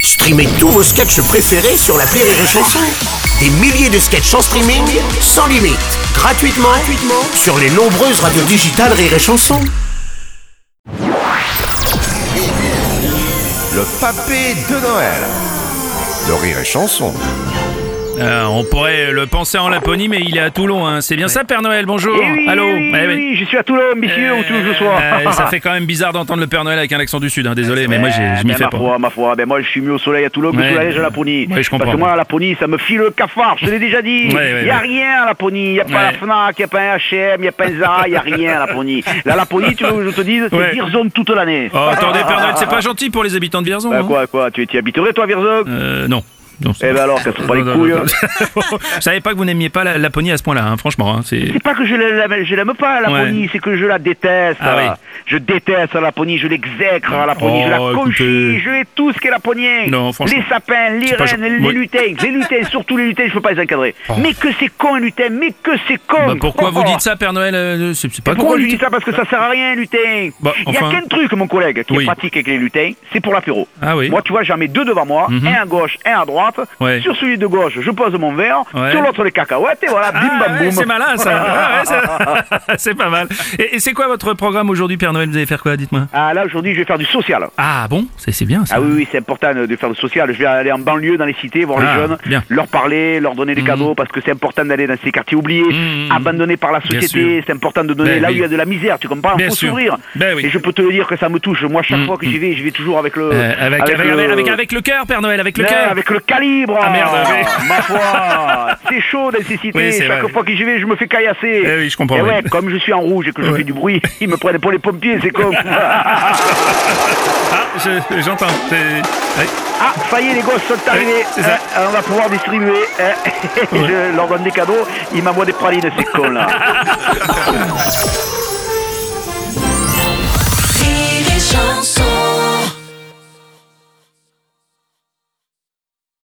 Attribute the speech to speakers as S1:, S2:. S1: Streamez tous vos sketchs préférés sur la Rire et Chanson. Des milliers de sketchs en streaming, sans limite, gratuitement, gratuitement sur les nombreuses radios digitales Rire et Chanson.
S2: Le papé de Noël. De rire et chanson.
S3: Ah, on pourrait le penser en Laponie, mais il est à Toulon. hein. C'est bien ça, Père Noël Bonjour.
S4: Eh oui,
S3: Allô.
S4: eh oui,
S3: Eh
S4: eh
S3: oui.
S4: oui, je suis à Toulon, messieurs, où tu veux que je sois
S3: Euh, ça fait quand même bizarre d'entendre le Père Noël avec un accent du Sud. hein. Désolé, mais moi, j'ai- je m'y
S4: Ben,
S3: fais
S4: ma
S3: pas.
S4: foi, ma foi, ben moi je suis mieux au soleil à Toulon
S3: Ouais.
S4: que sous la neige à Laponie.
S3: Ouais, je comprends.
S4: Parce que moi à Laponie, ça me file le cafard, je te l'ai déjà dit. Il
S3: Ouais, ouais,
S4: y a
S3: ouais.
S4: rien à Laponie, il y a pas
S3: Ouais.
S4: la Fnac, il y a pas un H&M, il y a pas un Zara, il y a rien à Laponie. La Laponie, tu veux que je te dise, c'est
S3: Ouais.
S4: Vierzon toute l'année.
S3: Oh, attendez, Père Noël, c'est pas gentil pour les habitants de Vierzon.
S4: Ben
S3: hein.
S4: quoi, quoi, tu tu y habiterais toi Vierzon
S3: Euh, non. Non,
S4: Eh
S3: c'est-
S4: ben alors, casse pas les
S3: Non, non,
S4: couilles. hein.
S3: non, non. Je savais pas que vous n'aimiez pas la Laponie à ce point-là, hein, franchement. hein, c'est-
S4: C'est pas que je l'aime, je l'aime pas la
S3: Ouais.
S4: Laponie, c'est que je la déteste.
S3: Ah
S4: là. Je déteste la Laponie, je l'exècre la Laponie,
S3: Oh,
S4: je la
S3: écoutez.
S4: conchis, je hais tout ce qu'est Laponien.
S3: Non, franchement.
S4: les sapins, les
S3: C'est pas
S4: rennes,
S3: gen-
S4: les
S3: Oui.
S4: lutins, les lutins, surtout les lutins, je peux pas les encadrer. Mais que c'est con un lutin, mais que c'est con.
S3: Bah, pourquoi
S4: Oh,
S3: vous
S4: oh.
S3: dites ça, Père Noël euh, C'est c'est pas con,
S4: Pourquoi je
S3: lui.
S4: dis ça Parce que ça sert à rien, lutin. Il
S3: Bah,
S4: y a
S3: enfin.
S4: qu'un truc, mon collègue, qui
S3: Oui.
S4: est pratique avec les lutins, c'est pour l'apéro.
S3: Ah oui. Mhm.
S4: Moi, tu vois, j'en mets deux devant moi, un à gauche, un à droite.
S3: Ouais.
S4: Sur celui de gauche, je pose mon verre,
S3: Ouais.
S4: sur l'autre les cacahuètes, et voilà, bim
S3: Ah,
S4: bam
S3: ouais,
S4: boum.
S3: c'est malin ça. Ah, ouais, ça- c'est pas mal. Et, et c'est quoi votre programme aujourd'hui, Père Noël Vous allez faire quoi Dites-moi.
S4: Ah là aujourd'hui je vais faire du social.
S3: Ah bon C'est c'est bien ça.
S4: Ah oui, oui c'est important de de faire du social. Je vais aller en banlieue dans les cités voir
S3: Ah,
S4: les jeunes,
S3: bien. Mhm.
S4: leur parler, leur donner des cadeaux parce que c'est important d'aller dans ces quartiers oubliés,
S3: Mmh.
S4: abandonnés par la
S3: sûr.
S4: société. C'est important de donner
S3: Ben
S4: là
S3: oui.
S4: où il y a de la misère. Tu comprends
S3: Bien
S4: Faut
S3: sûr.
S4: s'ouvrir.
S3: Ben oui. Mhm,
S4: Et je peux te le dire que ça me touche. Moi chaque fois que j'y vais, j'y vais toujours avec le
S3: Euh, avec, avec,
S4: le-
S3: avec, avec- avec le cœur, Père Noël, avec le
S4: Non,
S3: cœur.
S4: avec le calibre
S3: Ah, merde, oui.
S4: Ma foi C'est chaud dans ces cités,
S3: Oui, c'est
S4: chaque
S3: vrai.
S4: fois que j'y vais, je me fais caillasser
S3: Eh oui, je comprends,
S4: Et
S3: oui.
S4: ouais, comme je suis en rouge et que je fais du bruit, ils me prennent pour les pompiers, c'est con
S3: Ah, je- j'entends. C'est- ouais.
S4: Ah, ça y est, les gosses sont arrivés.
S3: c'est ça.
S4: Hein, on va pouvoir euh, distribuer. hein. Je leur donne des cadeaux. Ils m'envoient des pralines, ces cons-là.